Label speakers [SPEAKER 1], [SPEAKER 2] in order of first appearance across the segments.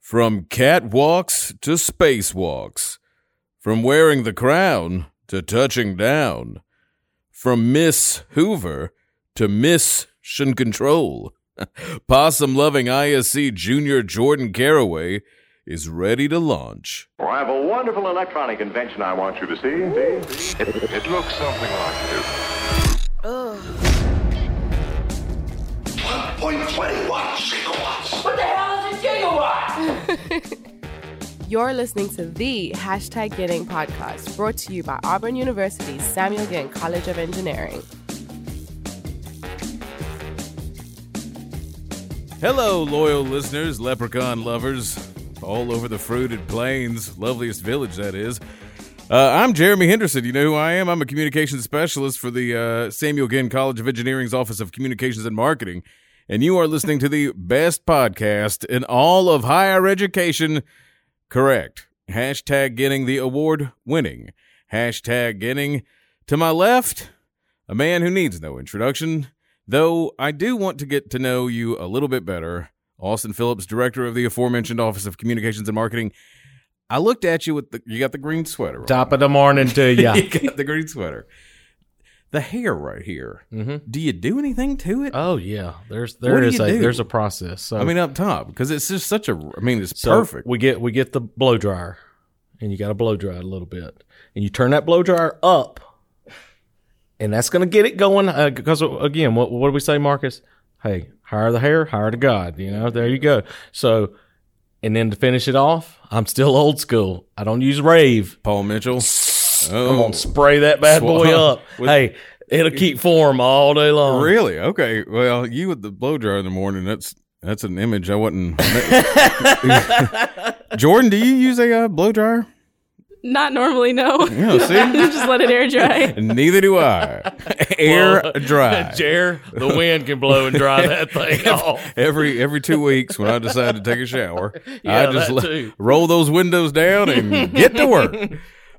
[SPEAKER 1] From catwalks to spacewalks, from wearing the crown to touching down, from Miss Hoover to Miss Shin Control, possum loving ISC junior Jordan Caraway is ready to launch.
[SPEAKER 2] Well, I have a wonderful electronic invention I want you to see. see, see. It, it looks something like this.
[SPEAKER 3] 1.21 gigawatts.
[SPEAKER 4] What the hell is a gigawatt?
[SPEAKER 5] You're listening to the hashtag Getting podcast, brought to you by Auburn University's Samuel Ginn College of Engineering.
[SPEAKER 1] Hello, loyal listeners, leprechaun lovers, all over the fruited plains, loveliest village that is. Uh, I'm Jeremy Henderson. You know who I am? I'm a communications specialist for the uh, Samuel Ginn College of Engineering's Office of Communications and Marketing. And you are listening to the best podcast in all of higher education. Correct. Hashtag getting the award winning. Hashtag getting to my left, a man who needs no introduction. Though I do want to get to know you a little bit better, Austin Phillips, director of the aforementioned Office of Communications and Marketing. I looked at you with the, you got the green sweater. on.
[SPEAKER 6] Top of the morning to ya.
[SPEAKER 1] you got the green sweater. The hair right here.
[SPEAKER 6] Mhm.
[SPEAKER 1] Do you do anything to it?
[SPEAKER 6] oh yeah, there's
[SPEAKER 1] What
[SPEAKER 6] there
[SPEAKER 1] do
[SPEAKER 6] is
[SPEAKER 1] you
[SPEAKER 6] a
[SPEAKER 1] do?
[SPEAKER 6] there's a process. So
[SPEAKER 1] I mean, up top, because it's just such a. I mean, it's
[SPEAKER 6] so
[SPEAKER 1] perfect.
[SPEAKER 6] We get we get the blow dryer, and you got to blow dry it a little bit, and you turn that blow dryer up, and that's gonna get it going. Because again, what what do we say, Marcus? Hey, hire the hair, hire to God. You know, there you go. So, and then to finish it off, I'm still old school. I don't use rave.
[SPEAKER 1] Paul Mitchell.
[SPEAKER 6] I'm
[SPEAKER 1] Oh,
[SPEAKER 6] gonna spray that bad
[SPEAKER 1] Swab.
[SPEAKER 6] boy up.
[SPEAKER 1] With-
[SPEAKER 6] hey, it'll keep form all day long.
[SPEAKER 1] really? Okay. Well, you with the blow dryer in the morning. That's that's an image I wasn't. Jordan, do you use a uh, blow dryer?
[SPEAKER 7] Not normally, no.
[SPEAKER 1] Yeah. See,
[SPEAKER 7] Just let it air dry.
[SPEAKER 1] neither do I. Air dry.
[SPEAKER 6] Jer, the wind can blow and dry that thing off.
[SPEAKER 1] Every every two weeks when I decide to take a shower,
[SPEAKER 6] Yeah,
[SPEAKER 1] I just
[SPEAKER 6] that
[SPEAKER 1] let-
[SPEAKER 6] too.
[SPEAKER 1] roll those windows down and get to work.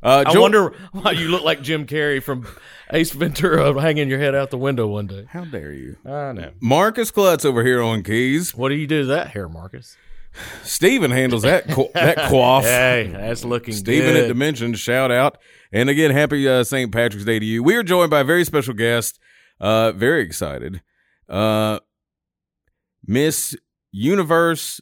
[SPEAKER 1] Uh,
[SPEAKER 6] I
[SPEAKER 1] Jor-
[SPEAKER 6] wonder why you look like Jim Carrey from Ace Ventura hanging your head out the window one day.
[SPEAKER 1] How dare you,
[SPEAKER 6] I know.
[SPEAKER 1] Marcus Klutz over here on keys.
[SPEAKER 6] What do you do to that hair, Marcus?
[SPEAKER 1] Steven handles that qu- that quaff.
[SPEAKER 6] Hey, that's looking
[SPEAKER 1] Stephen
[SPEAKER 6] good.
[SPEAKER 1] at Dimension, shout out. And again, happy uh, St. Patrick's Day to you. We are joined by a very special guest. Uh, very excited. Uh, Miss Universe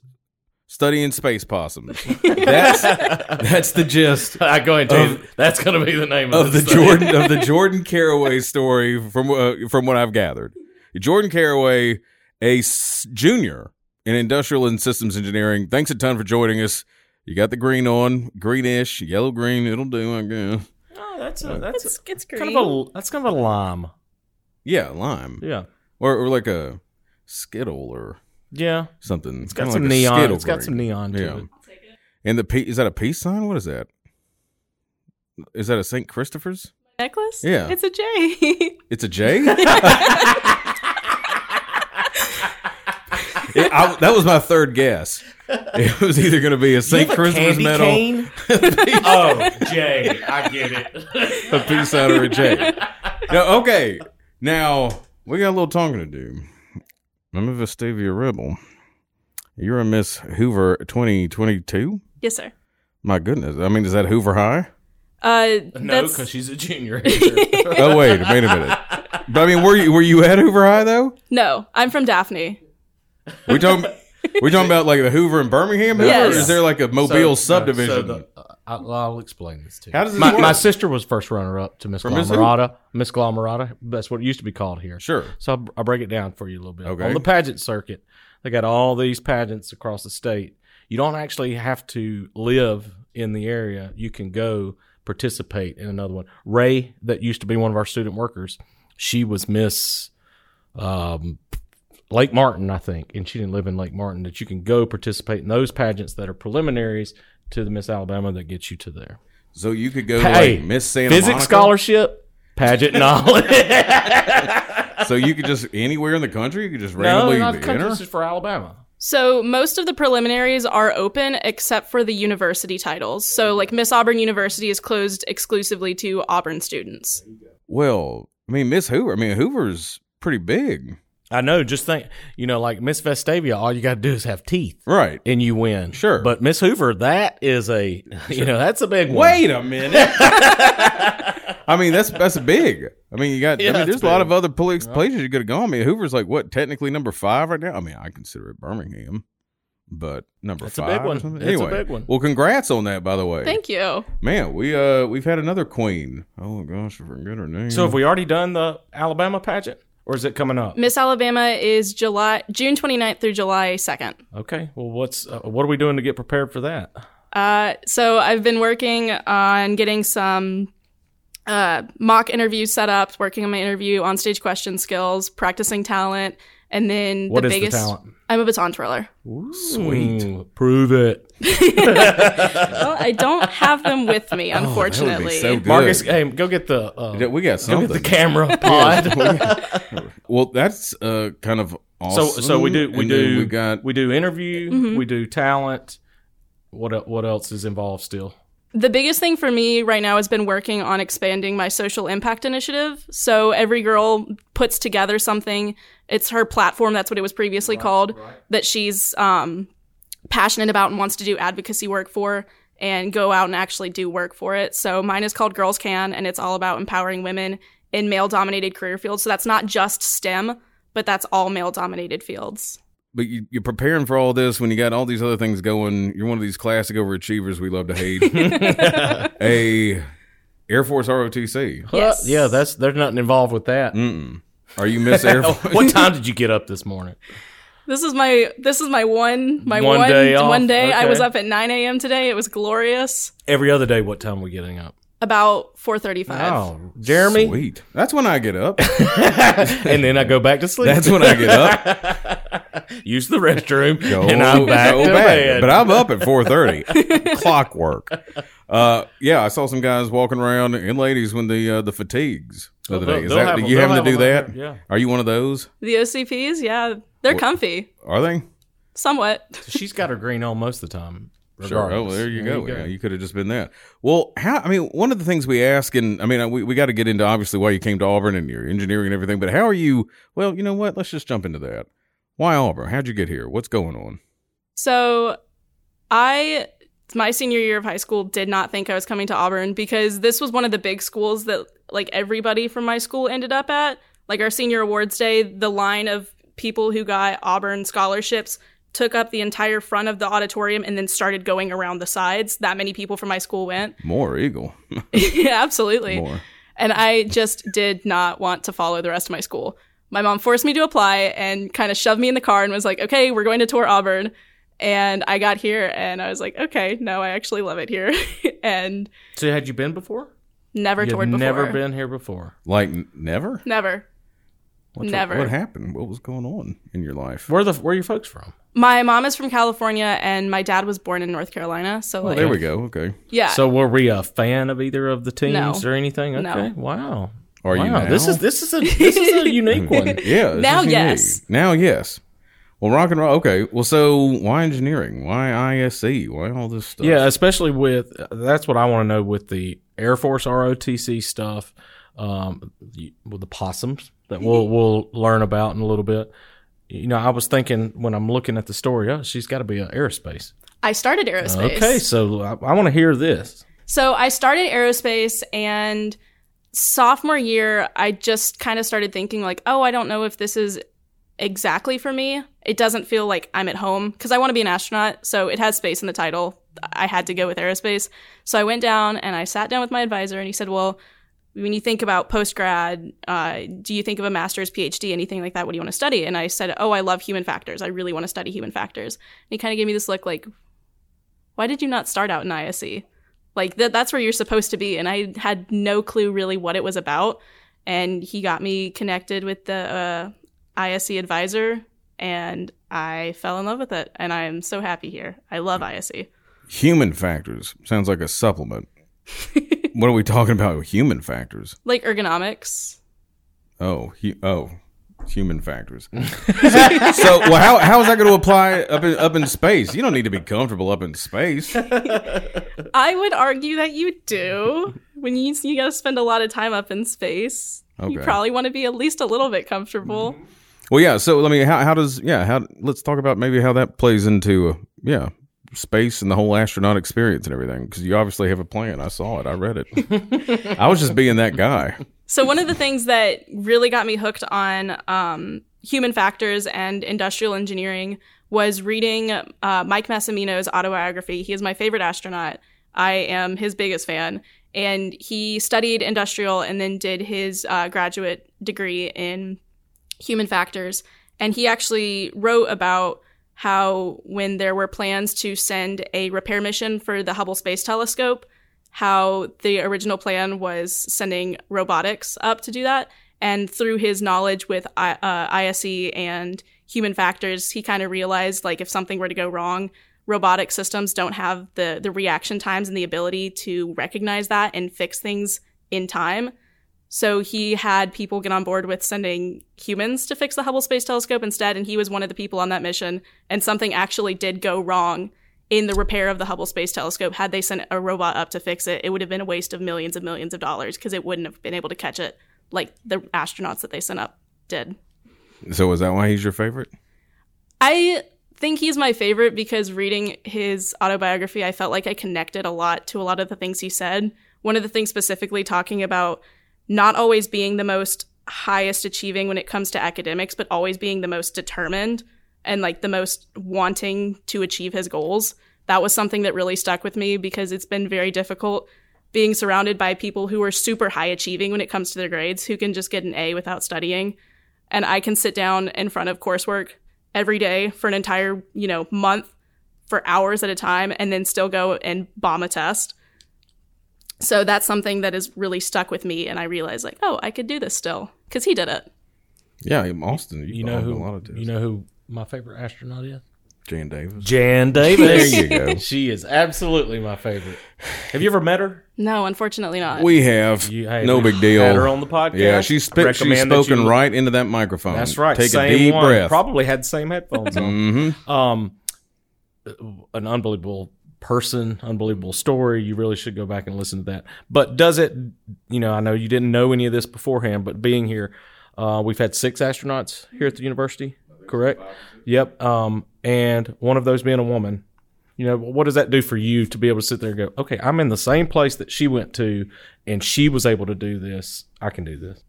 [SPEAKER 1] studying space possums. That's that's the gist
[SPEAKER 6] I go ahead and tell you, that's going to be the name of,
[SPEAKER 1] of the
[SPEAKER 6] this thing.
[SPEAKER 1] Jordan of the Jordan Caraway story from uh, from what I've gathered. Jordan Caraway, a s- junior in industrial and systems engineering. Thanks a ton for joining us. You got the green on, greenish, yellow green. It'll do, I guess.
[SPEAKER 6] Oh, that's a, that's
[SPEAKER 7] It's, it's
[SPEAKER 6] a,
[SPEAKER 7] green.
[SPEAKER 6] kind of a that's kind of a lime.
[SPEAKER 1] Yeah, lime
[SPEAKER 6] Yeah,
[SPEAKER 1] or, or like a skittle or
[SPEAKER 6] yeah.
[SPEAKER 1] something.
[SPEAKER 6] It's got some neon. It's got some neon to
[SPEAKER 1] Yeah.
[SPEAKER 6] it.
[SPEAKER 1] And the P is that a peace sign? What is that? Is that a St. Christopher's?
[SPEAKER 7] necklace?
[SPEAKER 1] Yeah.
[SPEAKER 7] It's a J.
[SPEAKER 1] It's a J. It- I- that was my third guess. It was either going to be a St. Christmas medal,
[SPEAKER 6] oh, Jay, I get it.
[SPEAKER 1] a peace sign, or a J. No, okay. Now we got a little talking to do. I'm a Vestavia rebel. You're a Miss Hoover 2022.
[SPEAKER 7] yes, sir.
[SPEAKER 1] My goodness. I mean, is that Hoover High?
[SPEAKER 7] Uh,
[SPEAKER 6] No,
[SPEAKER 7] that's,
[SPEAKER 6] because she's a junior.
[SPEAKER 1] Oh wait, wait a minute. But I mean, were you were you at Hoover High though?
[SPEAKER 7] no, I'm from Daphne.
[SPEAKER 1] We talking we talking about like the Hoover in Birmingham? Hoover,
[SPEAKER 7] Yes.
[SPEAKER 1] Or is there like a
[SPEAKER 6] uh,
[SPEAKER 1] Mobile subdivision?
[SPEAKER 6] I'll, I'll explain this to you.
[SPEAKER 1] How does this
[SPEAKER 6] my,
[SPEAKER 1] work?
[SPEAKER 6] my sister was first runner up to Miss
[SPEAKER 1] For Miss who?
[SPEAKER 6] Glomerata. Miss Glomerata. That's what it used to be called here.
[SPEAKER 1] sure.
[SPEAKER 6] So I'll, I'll break it down for you a little bit.
[SPEAKER 1] Okay.
[SPEAKER 6] On the pageant circuit, they got all these pageants across the state. You don't actually have to live in the area. You can go participate in another one. Ray, that used to be one of our student workers, she was Miss um, Lake Martin, I think, and she didn't live in Lake Martin. That you can go participate in those pageants that are preliminaries to the Miss Alabama that gets you to there.
[SPEAKER 1] So you could go
[SPEAKER 6] Hey,
[SPEAKER 1] to like Miss Santa
[SPEAKER 6] Physics
[SPEAKER 1] Monica.
[SPEAKER 6] scholarship, pageant knowledge.
[SPEAKER 1] So you could just anywhere in the country, you could just
[SPEAKER 6] no,
[SPEAKER 1] randomly
[SPEAKER 6] not the country.
[SPEAKER 1] enter.
[SPEAKER 6] This is for Alabama.
[SPEAKER 7] So most of the preliminaries are open except for the university titles. So, like, Miss Auburn University is closed exclusively to Auburn students.
[SPEAKER 1] Well, I mean Miss Hoover. I mean Hoover's pretty big.
[SPEAKER 6] I know. Just think, you know, like Miss Vestavia, all you got to do is have teeth,
[SPEAKER 1] Right.
[SPEAKER 6] and you win.
[SPEAKER 1] Sure.
[SPEAKER 6] But Miss Hoover, that is a, you know, that's a big one.
[SPEAKER 1] Wait a minute. I mean, that's that's big. I mean, you got.
[SPEAKER 6] Yeah,
[SPEAKER 1] I mean,
[SPEAKER 6] it's
[SPEAKER 1] there's a lot
[SPEAKER 6] big.
[SPEAKER 1] of other poli- places you could have gone. I mean, Hoover's like what technically number five right now. I mean, I consider it Birmingham, but number
[SPEAKER 6] That's a
[SPEAKER 1] five.
[SPEAKER 6] big
[SPEAKER 1] or
[SPEAKER 6] one.
[SPEAKER 1] something.
[SPEAKER 6] It's a
[SPEAKER 1] Anyway,
[SPEAKER 6] big one.
[SPEAKER 1] Well, congrats on that, by the way.
[SPEAKER 7] Thank you.
[SPEAKER 1] Man, we uh we've had another queen. Oh gosh, I forget her name.
[SPEAKER 6] So have we already done the Alabama pageant, or is it coming up?
[SPEAKER 7] Miss Alabama is July June 29th through July 2nd.
[SPEAKER 6] Okay. Well, what's uh, what are we doing to get prepared for that?
[SPEAKER 7] Uh, so I've been working on getting some uh, mock interviews set up, working on my interview, on stage question skills, practicing talent, and then
[SPEAKER 6] What
[SPEAKER 7] the
[SPEAKER 6] is the
[SPEAKER 7] biggest.
[SPEAKER 6] talent?
[SPEAKER 7] I'm a baton twirler.
[SPEAKER 1] Sweet.
[SPEAKER 6] Ooh, prove it,
[SPEAKER 7] well, I don't have them with
[SPEAKER 1] Oh, That
[SPEAKER 7] me,
[SPEAKER 1] would
[SPEAKER 7] unfortunately.
[SPEAKER 1] be so good.
[SPEAKER 6] Marcus. Hey, go get the uh,
[SPEAKER 1] Yeah,
[SPEAKER 6] go
[SPEAKER 1] we got
[SPEAKER 6] get
[SPEAKER 1] something.
[SPEAKER 6] the camera pod.
[SPEAKER 1] well, that's uh kind of
[SPEAKER 6] so
[SPEAKER 1] awesome.
[SPEAKER 6] so we do we
[SPEAKER 1] And then
[SPEAKER 6] do
[SPEAKER 1] we got
[SPEAKER 6] we do interview we do talent. What el- what else is involved still?
[SPEAKER 7] the biggest thing for me right now has been working on expanding my social impact initiative. So every girl puts together something. It's her platform. That's what it was previously called. That she's um, passionate about and wants to do advocacy work for and go out and actually do work for it. So mine is called Girls Can, and it's all about empowering women in male dominated career fields. So that's not just STEM, but that's all male dominated fields.
[SPEAKER 1] but you, you're preparing for all this when you got all these other things going. You're one of these classic overachievers we love to hate. a Air Force ROTC.
[SPEAKER 6] Uh,
[SPEAKER 7] Yes.
[SPEAKER 6] yeah, that's there's nothing involved with that.
[SPEAKER 1] Mm-mm. Are you Miss Air Force?
[SPEAKER 6] what time did you get up this morning?
[SPEAKER 7] This is my this is my one my
[SPEAKER 6] One
[SPEAKER 7] one
[SPEAKER 6] day off,
[SPEAKER 7] one day. I
[SPEAKER 6] okay.
[SPEAKER 7] was up at nine a.m. today. It was glorious.
[SPEAKER 6] Every other day, what time are we getting up?
[SPEAKER 7] About four thirty-five.
[SPEAKER 6] Oh, Jeremy,
[SPEAKER 1] Sweet. That's when I get up.
[SPEAKER 6] and then I go back to sleep.
[SPEAKER 1] That's when I get up.
[SPEAKER 6] use the restroom,
[SPEAKER 1] Go,
[SPEAKER 6] and I'm back
[SPEAKER 1] go
[SPEAKER 6] to
[SPEAKER 1] back.
[SPEAKER 6] bed.
[SPEAKER 1] But I'm up at 4:30. Clockwork. Uh, yeah, I saw some guys walking around and ladies when the uh, the fatigues the other
[SPEAKER 6] They'll-
[SPEAKER 1] day. Is
[SPEAKER 6] they'll
[SPEAKER 1] that
[SPEAKER 6] have
[SPEAKER 1] do
[SPEAKER 6] them-
[SPEAKER 1] you
[SPEAKER 6] they'll
[SPEAKER 1] having to do
[SPEAKER 6] have them out
[SPEAKER 1] that?
[SPEAKER 6] there, yeah.
[SPEAKER 1] Are you one of those?
[SPEAKER 7] The OCPs, yeah, they're comfy,
[SPEAKER 1] Are they?
[SPEAKER 7] somewhat.
[SPEAKER 6] She's got her green on most of the time.
[SPEAKER 1] Sure. Oh,
[SPEAKER 6] regardless.
[SPEAKER 1] there you go. Yeah, you could have just been that. Well, how? I mean, one of the things we ask, and I mean, I- we, we got to get into obviously why you came to Auburn and your engineering and everything. But how are you? Well, you know what? Let's just jump into that. Why Auburn? How'd you get here? What's going on?
[SPEAKER 7] So, I my senior year of high school did not think I was coming to Auburn because this was one of the big schools that like everybody from my school ended up at. Like our senior awards day, the line of people who got Auburn scholarships took up the entire front of the auditorium and then started going around the sides. That many people from my school went.
[SPEAKER 1] More Eagle.
[SPEAKER 7] yeah, absolutely.
[SPEAKER 1] More.
[SPEAKER 7] And I just did not want to follow the rest of my school. My mom forced me to apply and kind of shoved me in the car and was like, okay, we're going to tour Auburn. And I got here and I was like, okay, no, I actually love it here. and
[SPEAKER 6] So, had you been before?
[SPEAKER 7] never
[SPEAKER 6] You've
[SPEAKER 7] toured before.
[SPEAKER 6] never been here before.
[SPEAKER 1] Like n- never.
[SPEAKER 7] Never.
[SPEAKER 1] What's-
[SPEAKER 7] Never.
[SPEAKER 1] What happened? What was going on in your life?
[SPEAKER 6] Where the where are your folks from?
[SPEAKER 7] My mom is from California and my dad was born in North Carolina. So, like,
[SPEAKER 1] There we go. Okay.
[SPEAKER 7] yeah.
[SPEAKER 6] Oh, So, were we a fan of either of the teams
[SPEAKER 7] No.
[SPEAKER 6] or anything?
[SPEAKER 7] No.
[SPEAKER 6] Okay, wow.
[SPEAKER 1] Are you?
[SPEAKER 6] wow,
[SPEAKER 1] Now?
[SPEAKER 6] this is this is a this is a unique one.
[SPEAKER 1] Yeah. this
[SPEAKER 7] Now
[SPEAKER 1] is unique.
[SPEAKER 7] yes.
[SPEAKER 1] Now yes. Well, rock and roll. Okay. Well, so why engineering? Why ISE? Why all this stuff?
[SPEAKER 6] Yeah, especially with that's what I want to know with the Air Force ROTC stuff, um, the- with the possums that we'll we'll learn about in a little bit. You know, I was thinking when I'm looking at the story, oh, she's got to be an aerospace. Uh,
[SPEAKER 7] I started aerospace.
[SPEAKER 6] Okay, so I, I want to hear this.
[SPEAKER 7] So I started aerospace and sophomore year, I just kind of started thinking like, oh, I don't know if this is exactly for me. It doesn't feel like I'm at home because I want to be an astronaut. So it has space in the title. I had to go with aerospace. So I went down and I sat down with my advisor and he said, well, when you think about post grad, uh, do you think of a master's, PhD, anything like that? What do you want to study? And I said, oh, I love human factors. I really want to study human factors. And he kind of gave me this look like, why did you not start out in E?" ISE? like that that's where you're supposed to be and i had no clue really what it was about and he got me connected with the uh, ise advisor and i fell in love with it and i'm so happy here i love ise
[SPEAKER 1] Human factors sounds like a supplement. what are we talking about? Human factors.
[SPEAKER 7] like ergonomics
[SPEAKER 1] Oh, hu- oh, human factors. so, well, how how is that going to apply up in, up in space? You don't need to be comfortable up in space.
[SPEAKER 7] i would argue that you do when you you got to spend a lot of time up in space
[SPEAKER 1] Okay.
[SPEAKER 7] you probably want to be at least a little bit comfortable
[SPEAKER 1] Well, yeah. So, I mean, how, how does yeah? How let's talk about maybe how that plays into uh, yeah space and the whole astronaut experience and everything because you obviously have a plan. I saw it. I read it. I was just being that guy.
[SPEAKER 7] So one of the things that really got me hooked on um, human factors and industrial engineering was reading uh, Mike Massimino's autobiography. He is my favorite astronaut. I am his biggest fan, and he studied industrial and then did his uh, graduate degree in human factors. And he actually wrote about how when there were plans to send a repair mission for the Hubble Space Telescope, how the original plan was sending robotics up to do that. And through his knowledge with I- uh, ISE and human factors, he kind of realized like if something were to go wrong, robotic systems don't have the the reaction times and the ability to recognize that and fix things in time. So he had people get on board with sending humans to fix the Hubble Space Telescope instead, and he was one of the people on that mission. And something actually did go wrong in the repair of the Hubble Space Telescope. Had they sent a robot up to fix it, it would have been a waste of millions and millions of dollars because it wouldn't have been able to catch it like the astronauts that they sent up did.
[SPEAKER 1] So, is that why he's your favorite?
[SPEAKER 7] I think he's my favorite because reading his autobiography, I felt like I connected a lot to a lot of the things he said. One of the things specifically talking about not always being the most highest achieving when it comes to academics, but always being the most determined and like the most wanting to achieve his goals. That was something that really stuck with me because it's been very difficult being surrounded by people who are super high achieving when it comes to their grades, who can just get an A without studying. And I can sit down in front of coursework every day for an entire, you know, month for hours at a time and then still go and bomb a test. So that's something that has really stuck with me. And I realized, like, oh, I could do this still because he did it.
[SPEAKER 1] Yeah, I'm Austin.
[SPEAKER 6] You know
[SPEAKER 1] a lot
[SPEAKER 6] who?
[SPEAKER 1] of
[SPEAKER 6] You know who my favorite astronaut is?
[SPEAKER 1] Jan Davis.
[SPEAKER 6] Jan
[SPEAKER 1] There
[SPEAKER 6] Davis.
[SPEAKER 1] you go.
[SPEAKER 6] she is absolutely my favorite. Have you ever met her?
[SPEAKER 7] No, unfortunately not.
[SPEAKER 1] We have
[SPEAKER 6] You- hey,
[SPEAKER 1] no
[SPEAKER 6] we
[SPEAKER 1] big deal.
[SPEAKER 6] had her on the podcast.
[SPEAKER 1] Yeah, she's sp-
[SPEAKER 6] I
[SPEAKER 1] she's
[SPEAKER 6] recommend that
[SPEAKER 1] spoken
[SPEAKER 6] you-
[SPEAKER 1] right into that microphone.
[SPEAKER 6] That's right.
[SPEAKER 1] Um, Take
[SPEAKER 6] same
[SPEAKER 1] a deep
[SPEAKER 6] one.
[SPEAKER 1] breath.
[SPEAKER 6] Probably had the same headphones on.
[SPEAKER 1] hmm
[SPEAKER 6] Um, an unbelievable person, unbelievable story. You really should go back and listen to that. But does it? You know, I know you didn't know any of this beforehand, but being here, uh, we've had six astronauts here at the university. Correct. Yep. Um, and one of those being a woman. You know, what does that do for you to be able to sit there and go, okay, I'm in the same place that she went to, and she was able to do this. I can do this.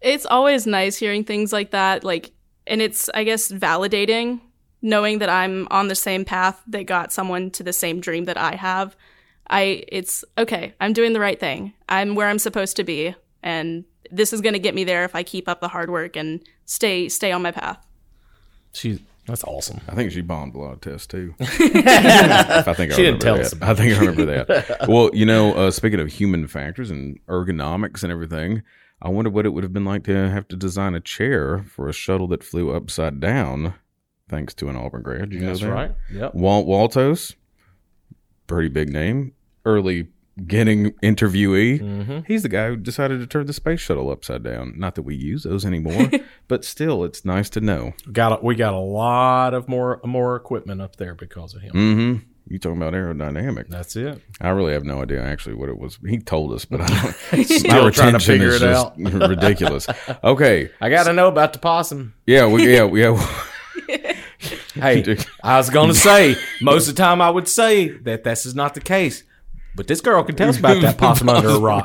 [SPEAKER 7] it's always nice hearing things like that. Like, and it's, I guess, validating knowing that I'm on the same path that got someone to the same dream that I have. I, it's okay. I'm doing the right thing. I'm where I'm supposed to be. And this is going to get me there if I keep up the hard work and stay, stay on my path.
[SPEAKER 6] She's that's awesome.
[SPEAKER 1] I think she bombed a lot of tests too. I think
[SPEAKER 6] She
[SPEAKER 1] I remember
[SPEAKER 6] didn't tell
[SPEAKER 1] that.
[SPEAKER 6] us about
[SPEAKER 1] I think I remember that. well, you know, uh, speaking of human factors and ergonomics and everything, I wonder what it would have been like to have to design a chair for a shuttle that flew upside down, thanks to an Auburn grad. You
[SPEAKER 6] That's
[SPEAKER 1] know that?
[SPEAKER 6] right. Yep.
[SPEAKER 1] Walt Waltos, pretty big name, early getting interviewee.
[SPEAKER 6] Mm-hmm.
[SPEAKER 1] He's the guy who decided to turn the space shuttle upside down. Not that we use those anymore, but still, it's nice to know.
[SPEAKER 6] Got a, we got a lot of more more equipment up there because of him.
[SPEAKER 1] Mm-hmm. You talking about aerodynamic?
[SPEAKER 6] That's it.
[SPEAKER 1] I really have no idea actually what it was. He told us, but I don't. my
[SPEAKER 6] Still trying to
[SPEAKER 1] retention
[SPEAKER 6] figure
[SPEAKER 1] is
[SPEAKER 6] it
[SPEAKER 1] just
[SPEAKER 6] out.
[SPEAKER 1] ridiculous. Okay,
[SPEAKER 6] I got to know about the possum.
[SPEAKER 1] yeah, we, yeah, yeah.
[SPEAKER 6] Hey, I was gonna say most of the time I would say that this is not the case, but this girl can tell us about that possum under a rock.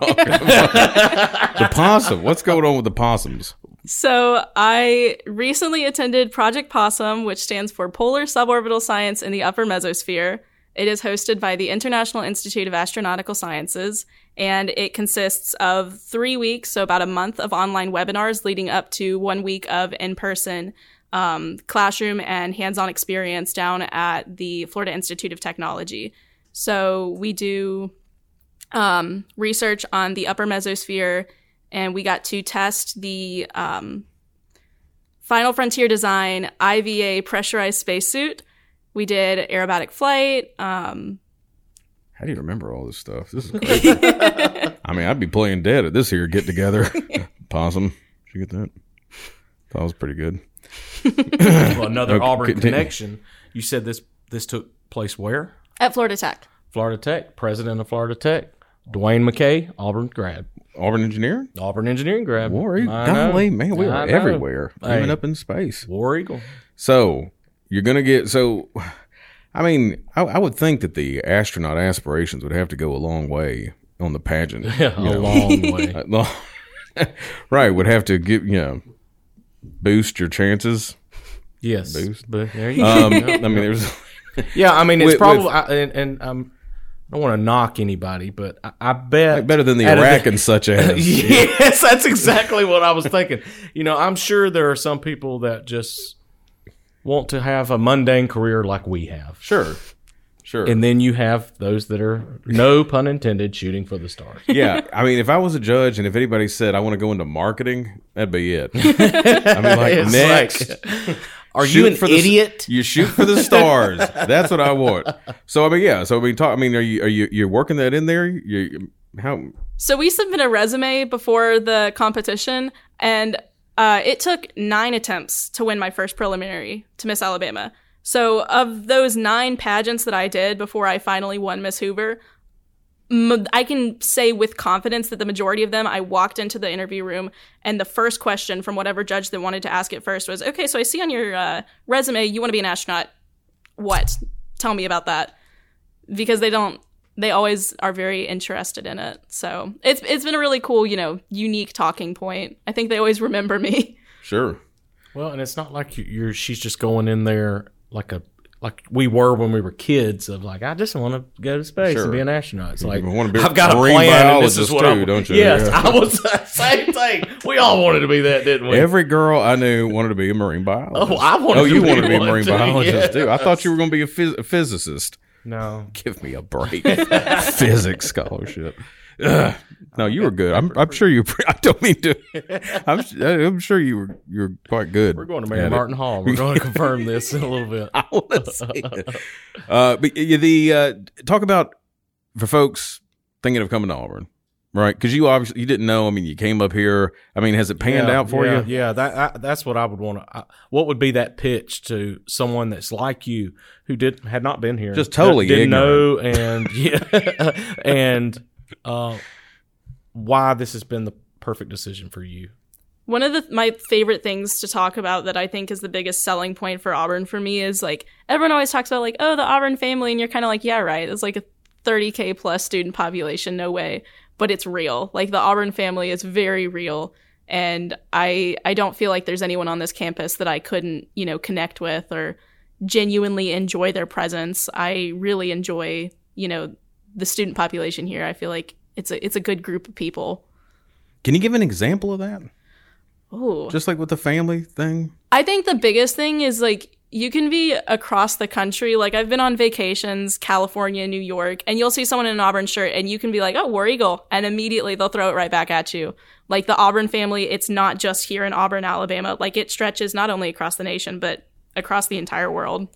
[SPEAKER 1] The possum. What's going on with the possums?
[SPEAKER 7] So I recently attended Project Possum, which stands for Polar Suborbital Science in the Upper Mesosphere. It is hosted by the International Institute of Astronautical Sciences, and it consists of three weeks, so about a month of online webinars leading up to one week of in-person um, classroom and hands-on experience down at the Florida Institute of Technology. So we do um, research on the upper mesosphere, and we got to test the um, Final Frontier Design IVA pressurized spacesuit. We did aerobatic flight. Um,
[SPEAKER 1] How do you remember all this stuff? This is crazy. I mean, I'd be playing dead at this here get together. Possum. Did you get that? That was pretty good.
[SPEAKER 6] well, another
[SPEAKER 1] Okay,
[SPEAKER 6] Auburn
[SPEAKER 1] continue.
[SPEAKER 6] connection. You said this this took place where?
[SPEAKER 7] at Florida Tech.
[SPEAKER 6] Florida Tech. President of Florida Tech Dwayne McKay, Auburn grad,
[SPEAKER 1] Auburn engineer.
[SPEAKER 6] Auburn engineering grad.
[SPEAKER 1] Warrior.
[SPEAKER 6] I know.
[SPEAKER 1] Golly, man, we
[SPEAKER 6] I
[SPEAKER 1] were
[SPEAKER 6] know.
[SPEAKER 1] everywhere,
[SPEAKER 6] Hey.
[SPEAKER 1] even up in space.
[SPEAKER 6] War Eagle.
[SPEAKER 1] So you're gonna get so. I mean, I, I would think that the astronaut aspirations would have to go a long way on the pageant.
[SPEAKER 6] Yeah,
[SPEAKER 1] you
[SPEAKER 6] a
[SPEAKER 1] know.
[SPEAKER 6] long way.
[SPEAKER 1] Uh, long- right, would have to give you know boost your chances.
[SPEAKER 6] Yes.
[SPEAKER 1] Boost.
[SPEAKER 6] There you go.
[SPEAKER 1] Um, I mean, there's
[SPEAKER 6] yeah, I mean, it's
[SPEAKER 1] With-
[SPEAKER 6] probably,
[SPEAKER 1] with-
[SPEAKER 6] I, and, and um, I don't want to knock anybody, but I, I bet
[SPEAKER 1] better than the
[SPEAKER 6] out of
[SPEAKER 1] Iraq and such as.
[SPEAKER 6] yes, that's exactly what I was thinking. You know, I'm sure there are some people that just want to have a mundane career like we have.
[SPEAKER 1] Sure, sure.
[SPEAKER 6] And then you have those that are, no pun intended, shooting for the stars.
[SPEAKER 1] yeah, I mean, if I was a judge and if anybody said I want to go into marketing, that'd be it. I mean, like
[SPEAKER 6] It's
[SPEAKER 1] next,
[SPEAKER 6] like, are
[SPEAKER 1] shoot
[SPEAKER 6] you an
[SPEAKER 1] for the-
[SPEAKER 6] idiot?
[SPEAKER 1] you shoot for the stars. That's what I want. So I mean, yeah. So I mean, talk. I mean, are you are you you're working that in there? You how?
[SPEAKER 7] So we submit a resume before the competition, and uh, it took nine attempts to win my first preliminary to Miss Alabama. So of those nine pageants that I did before I finally won Miss Hoover, m- I can say with confidence that the majority of them, I walked into the interview room, and the first question from whatever judge that wanted to ask it first was, "Okay, so I see on your uh, resume you want to be an astronaut. What? Tell me about that." because they don't they always are very interested in it. So it's it's been a really cool, you know, unique talking point. I think they always remember me.
[SPEAKER 1] Sure.
[SPEAKER 6] Well, and it's not like you- you're. She's just going in there like a like we were when we were kids. Of like, I just want to go to space
[SPEAKER 1] Sure.
[SPEAKER 6] and be an astronaut. It's like
[SPEAKER 1] wanna be a
[SPEAKER 6] I've got a
[SPEAKER 1] marine
[SPEAKER 6] plan. and This is
[SPEAKER 1] biologist
[SPEAKER 6] what
[SPEAKER 1] too,
[SPEAKER 6] I,
[SPEAKER 1] don't you?
[SPEAKER 6] Yes,
[SPEAKER 1] Yeah.
[SPEAKER 6] I was the same thing. We all wanted to be that, didn't we?
[SPEAKER 1] Every girl I knew wanted to be a marine biologist.
[SPEAKER 6] Oh, I wanted
[SPEAKER 1] Oh, you
[SPEAKER 6] to be
[SPEAKER 1] wanted to be a
[SPEAKER 6] one,
[SPEAKER 1] marine
[SPEAKER 6] too,
[SPEAKER 1] biologist
[SPEAKER 6] yes.
[SPEAKER 1] too. I thought you were going to be a, phys- a physicist.
[SPEAKER 6] no,
[SPEAKER 1] Give me a break. Physics scholarship. Ugh. No, you were good. I'm, I'm sure you. I don't mean to. I'm, I'm sure you were. You're quite good.
[SPEAKER 6] we're going to marry
[SPEAKER 1] at it.
[SPEAKER 6] Martin Hall. We're going to confirm this in a little bit.
[SPEAKER 1] I want to see it. Uh, but y- the uh, talk about for folks thinking of coming to Auburn, right? Because you obviously you didn't know. I mean, you came up here. I mean, has it panned
[SPEAKER 6] yeah,
[SPEAKER 1] out for
[SPEAKER 6] yeah,
[SPEAKER 1] you?
[SPEAKER 6] Yeah, that I, that's what I would want to. What would be that pitch to someone that's like you who did had not been here,
[SPEAKER 1] Just totally
[SPEAKER 6] didn't know, and yeah, and uh, why this has been the perfect decision for you?
[SPEAKER 7] One of the my favorite things to talk about that I think is the biggest selling point for Auburn for me is like everyone always talks about like oh the Auburn family and you're kind of like yeah right it's like a 30k plus student population no way but it's real like the Auburn family is very real and I I don't feel like there's anyone on this campus that I couldn't you know connect with or genuinely enjoy their presence I really enjoy you know the student population here I feel like it's a it's a good group of people
[SPEAKER 1] Can you give an example of that?
[SPEAKER 7] oh
[SPEAKER 1] Just like with the family thing.
[SPEAKER 7] I think the biggest thing is like you can be across the country. Like I've been on vacations, California, New York, and you'll see someone in an Auburn shirt and you can be like, oh, War Eagle. And immediately they'll throw it right back at you. Like the Auburn family, it's not just here in Auburn, Alabama. Like it stretches not only across the nation, but across the entire world.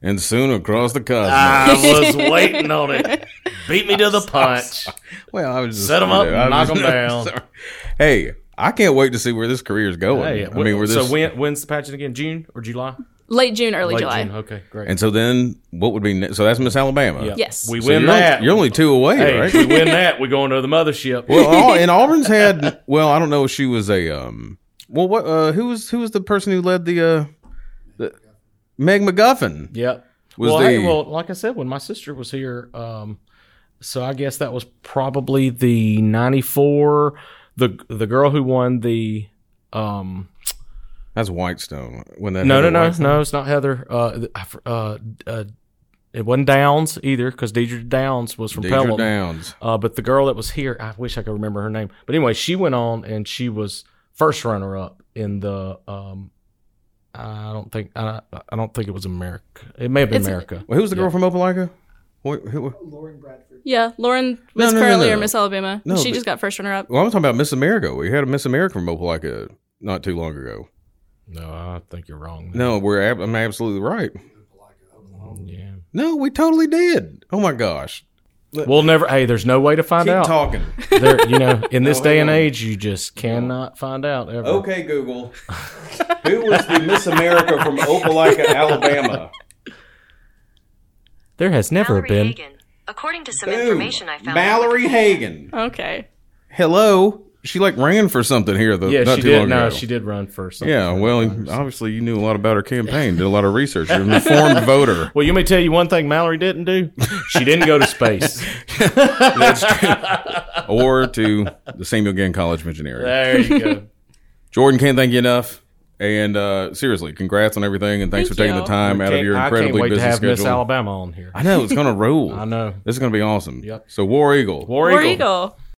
[SPEAKER 1] and soon across the cosmos.
[SPEAKER 6] I was waiting on it. Beat me to the punch.
[SPEAKER 1] well, I was just
[SPEAKER 6] Set 'em up and
[SPEAKER 1] I was
[SPEAKER 6] knock 'em down.
[SPEAKER 1] sorry. Hey, I can't wait to see where this career is going. I mean, where this
[SPEAKER 6] so when, when's the pageant again? June or July?
[SPEAKER 7] Late June, early
[SPEAKER 6] Late
[SPEAKER 7] July.
[SPEAKER 6] June. Okay, great.
[SPEAKER 1] and so then what would be ne- so that's Miss Alabama.
[SPEAKER 6] Yeah.
[SPEAKER 7] Yes.
[SPEAKER 6] we
[SPEAKER 1] So
[SPEAKER 6] win
[SPEAKER 1] you're, only-
[SPEAKER 6] that.
[SPEAKER 1] you're only two away,
[SPEAKER 6] hey,
[SPEAKER 1] right?
[SPEAKER 6] we win that. We're going to the mothership.
[SPEAKER 1] well, all, and Auburn's had well, I don't know if she was a um. Well, what uh, who was who was the person who led the uh, the Meg McGuffin?
[SPEAKER 6] Yep.
[SPEAKER 1] Was
[SPEAKER 6] well, hey,
[SPEAKER 1] the-
[SPEAKER 6] well, like I said, when my sister was here, um, so I guess that was probably the '94. The the girl who won the um,
[SPEAKER 1] That's Whitestone. When that
[SPEAKER 6] no no
[SPEAKER 1] Heather
[SPEAKER 6] no
[SPEAKER 1] Whitestone-
[SPEAKER 6] no it's not Heather. Uh, th- I fr- uh, d- uh, it wasn't Downs either because Deidre Downs was from
[SPEAKER 1] Deidre
[SPEAKER 6] Pelham.
[SPEAKER 1] Downs.
[SPEAKER 6] Uh, but the girl that was here, I wish I could remember her name. But anyway, she went on and she was first runner up in the. Um, I don't think I, I don't think it was America. It may have been
[SPEAKER 7] It's-
[SPEAKER 6] America.
[SPEAKER 1] Well, who was the girl from Opelika? What, who,
[SPEAKER 7] Yeah. Lauren was
[SPEAKER 1] no, no,
[SPEAKER 7] currently
[SPEAKER 1] no,
[SPEAKER 7] or
[SPEAKER 1] no.
[SPEAKER 7] Miss Alabama.
[SPEAKER 1] No,
[SPEAKER 7] she
[SPEAKER 1] but-
[SPEAKER 7] just got first runner up.
[SPEAKER 1] well, I'm talking about Miss America. We had a Miss America from Opelika not too long ago.
[SPEAKER 6] No, I think you're wrong.
[SPEAKER 1] No, we're ab- I'm absolutely right.
[SPEAKER 6] Yeah.
[SPEAKER 1] No, we totally did. Oh my gosh.
[SPEAKER 6] We'll never. Hey, there's no way to find
[SPEAKER 1] Keep
[SPEAKER 6] out.
[SPEAKER 1] talking.
[SPEAKER 6] There, you know, in this day and age, you just cannot find out ever.
[SPEAKER 1] Okay, Google. Who was the Miss America from Opelika, Alabama?
[SPEAKER 6] There has never been
[SPEAKER 8] According to some
[SPEAKER 1] Boom.
[SPEAKER 8] information I found,
[SPEAKER 1] Mallory Hagan.
[SPEAKER 7] Okay.
[SPEAKER 1] Hello. She like ran for something here though.
[SPEAKER 6] Yeah,
[SPEAKER 1] not
[SPEAKER 6] she
[SPEAKER 1] too
[SPEAKER 6] did.
[SPEAKER 1] Long
[SPEAKER 6] No,
[SPEAKER 1] ago.
[SPEAKER 6] she did run for something.
[SPEAKER 1] Yeah, well, obviously you knew a lot about her campaign, did a lot of research. You're an informed voter.
[SPEAKER 6] Well, you may tell you one thing Mallory didn't do. She didn't go to space.
[SPEAKER 1] Or to the Samuel Gann College of Engineering.
[SPEAKER 6] there you go.
[SPEAKER 1] Jordan, can't thank you enough. And uh, seriously, congrats on everything, and thanks
[SPEAKER 7] Thank
[SPEAKER 1] for taking
[SPEAKER 7] you.
[SPEAKER 1] the time out of
[SPEAKER 6] Can't-
[SPEAKER 1] your
[SPEAKER 6] I can't
[SPEAKER 1] incredibly
[SPEAKER 6] wait
[SPEAKER 1] busy
[SPEAKER 6] to have Miss
[SPEAKER 1] schedule.
[SPEAKER 6] Alabama on here.
[SPEAKER 1] I know it's gonna roll.
[SPEAKER 6] I know.
[SPEAKER 1] this is gonna be awesome.
[SPEAKER 6] Yep.
[SPEAKER 1] So War Eagle,
[SPEAKER 7] War Eagle.